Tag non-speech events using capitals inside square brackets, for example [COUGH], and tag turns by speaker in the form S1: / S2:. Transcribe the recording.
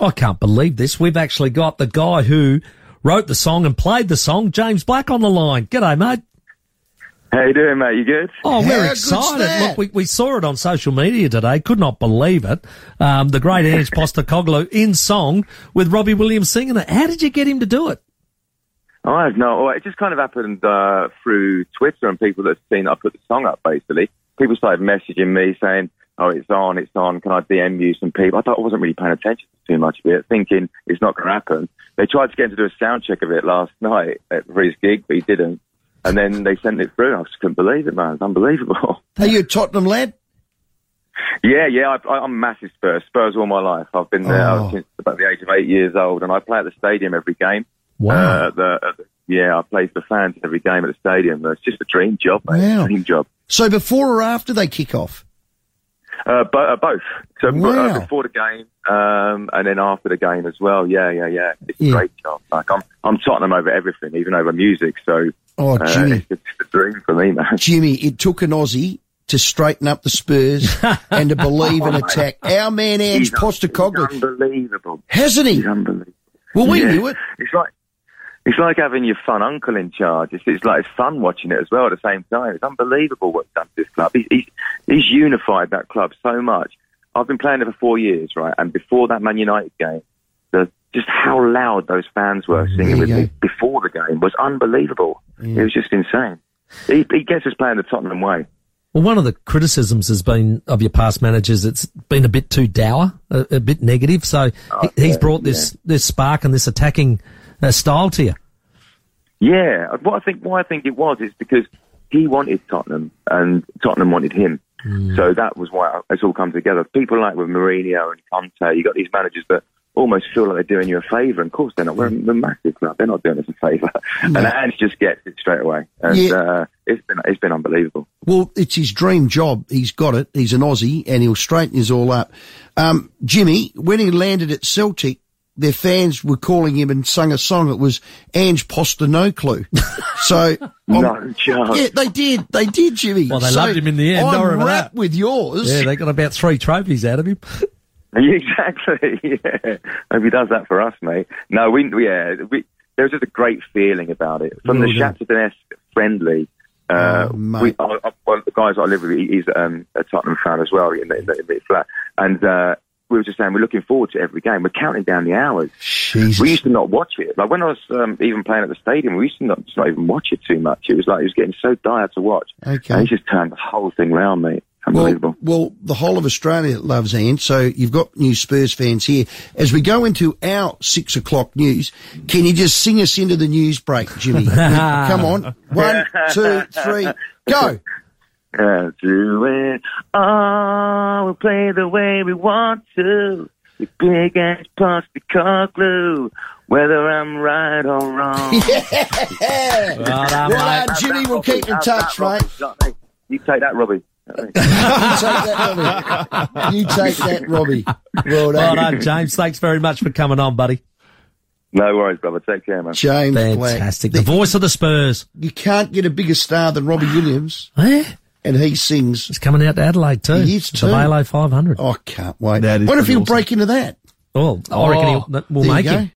S1: I can't believe this. We've actually got the guy who wrote the song and played the song, James Black, on the line. G'day, mate.
S2: How you doing, mate? You good?
S1: Oh,
S2: How
S1: we're
S2: good's
S1: excited.
S2: that?
S1: Look, we, we saw it on social media today. Could not believe it. Um, the great Ange [LAUGHS] Postacoglu in song with Robbie Williams singing it. How did you get him to do it?
S2: I have no. It just kind of happened uh, through Twitter and people that have seen I put the song up. Basically, people started messaging me saying, "Oh, it's on, it's on. Can I DM you some people?" I thought I wasn't really paying attention to too much of it, thinking it's not going to happen. They tried to get him to do a sound check of it last night at for his gig, but he didn't. And then they sent it through. I just couldn't believe it, man. It's unbelievable. [LAUGHS]
S3: Are you a Tottenham lad?
S2: Yeah, yeah, I, I, I'm a massive Spurs. Spurs all my life. I've been there
S3: Oh.
S2: since about the age of eight years old, and I play at the stadium every game.
S1: Wow.
S2: Uh, the, uh, the- yeah, I play for fans every game at the stadium. It's just a dream job, mate.
S3: Wow.
S2: Dream job.
S3: So before or after they kick off?
S2: Uh, but, uh, both. So b-
S3: Wow.
S2: uh, before the game, um, and then after the game as well. Yeah, yeah, yeah. It's
S3: Yeah.
S2: a great job. Like I'm, I'm Tottenham over everything, even over music. So,
S3: Oh,
S2: uh,
S3: Jimmy.
S2: it's just a dream for me, man.
S3: Jimmy, it took an Aussie to straighten up the Spurs and to believe
S2: [LAUGHS]
S3: in attack. Our man Ange
S2: He's un-
S3: Postacoglu,
S2: he's unbelievable.
S3: hasn't he?
S2: He's unbelievable.
S3: Well, we
S2: Yeah.
S3: knew it.
S2: It's like it's like having your fun uncle in charge. It's, it's like it's fun watching it as well at the same time. It's unbelievable what he's done to this club. He's, he's he's unified that club so much. I've been playing it for four years, right? And before that Man United game, the just how loud those fans were
S3: Mm, There
S2: singing
S3: you
S2: with
S3: go.
S2: me before the game was unbelievable. It was just insane. He, he gets us playing the Tottenham way.
S1: Well, one of the criticisms has been of your past managers. It's been a bit too dour, a, a bit negative. So he, he's brought this, this spark and this attacking uh, style to you.
S2: Yeah, what I think why I think it was is because he wanted Tottenham and Tottenham wanted him,
S3: Hmm.
S2: so that was why it's all come together. People like with Mourinho and Conte, you got these managers that almost feel like they're doing you a favour, and of course they're not. We're a we're a massive club; they're not doing us a favour, [LAUGHS] and Ange just gets it straight away, and
S3: Yeah.
S2: uh, it's been it's been unbelievable.
S3: Well, it's his dream job. He's got it. He's an Aussie and he'll straighten us all up. Um, Jimmy, when he landed at Celtic, their fans were calling him and sung a song. It was Ange Poster No
S2: [LAUGHS]
S3: Clue. So, I'm-
S2: no chance.
S3: Um, yeah, they did. They did, Jimmy.
S1: Well, they
S3: So
S1: loved him in the end.
S3: I'm
S1: I remember
S3: wrapped
S1: that.
S3: with yours.
S1: Yeah, they got about three trophies out of him.
S2: Yeah, [LAUGHS] Exactly. [LAUGHS] Yeah. Hope he does that for us, mate. No, we yeah. We, there was just a great feeling about it from the
S1: Really?
S2: Shatterdon friendly. Uh,
S3: Oh, mate.
S2: we, I, I, one of the guys I live with, he- he's um, a Tottenham fan as well in the, in the, in the flat, and uh, we were just saying we're looking forward to every game. We're counting down the hours.
S3: Jesus.
S2: We used to not watch it. Like when I was um, even playing at the stadium, we used to not, just not even watch it too much. It was like it was getting so dire to watch.
S3: Okay.
S2: And he just turned the whole thing round, mate. Unbelievable.
S3: Well, well, the whole of Australia loves Ange, so you've got new Spurs fans here. As we go into our six o'clock news, can you just sing us into the news break,
S1: [LAUGHS]
S3: Jimmy? Come on. One, two, three,
S2: [LAUGHS]
S3: go.
S2: Uh, do it. Oh, we'll play the way we want to. The big ass plastic car glue. Whether I'm right or wrong.
S1: Well done,
S3: Well
S1: mate.
S3: done, Jimmy. We'll keep in
S2: How's
S3: touch,
S2: that,
S3: mate.
S2: Robbie? You take that, Robbie.
S3: [LAUGHS] You take that, Robbie. You take that, Robbie.
S1: Well
S3: Well done.
S1: done, James. Thanks very much for coming on, buddy.
S2: No worries, brother. Take care, man.
S3: James
S1: Fantastic. The
S3: Black.
S1: voice of the Spurs.
S3: You can't get a bigger star than
S4: [SIGHS]
S3: Robbie Williams,
S1: Eh?
S3: and he sings.
S1: It's coming out to Adelaide too.
S3: He is
S1: The
S3: too.
S1: Velo 500.
S3: Oh, I can't wait.
S4: That is
S3: what if
S4: pretty
S3: he'll
S4: awesome.
S3: break into that?
S1: Well, I reckon
S4: Oh.
S1: he'll, that- we'll
S3: There you
S1: make
S3: go.
S1: him.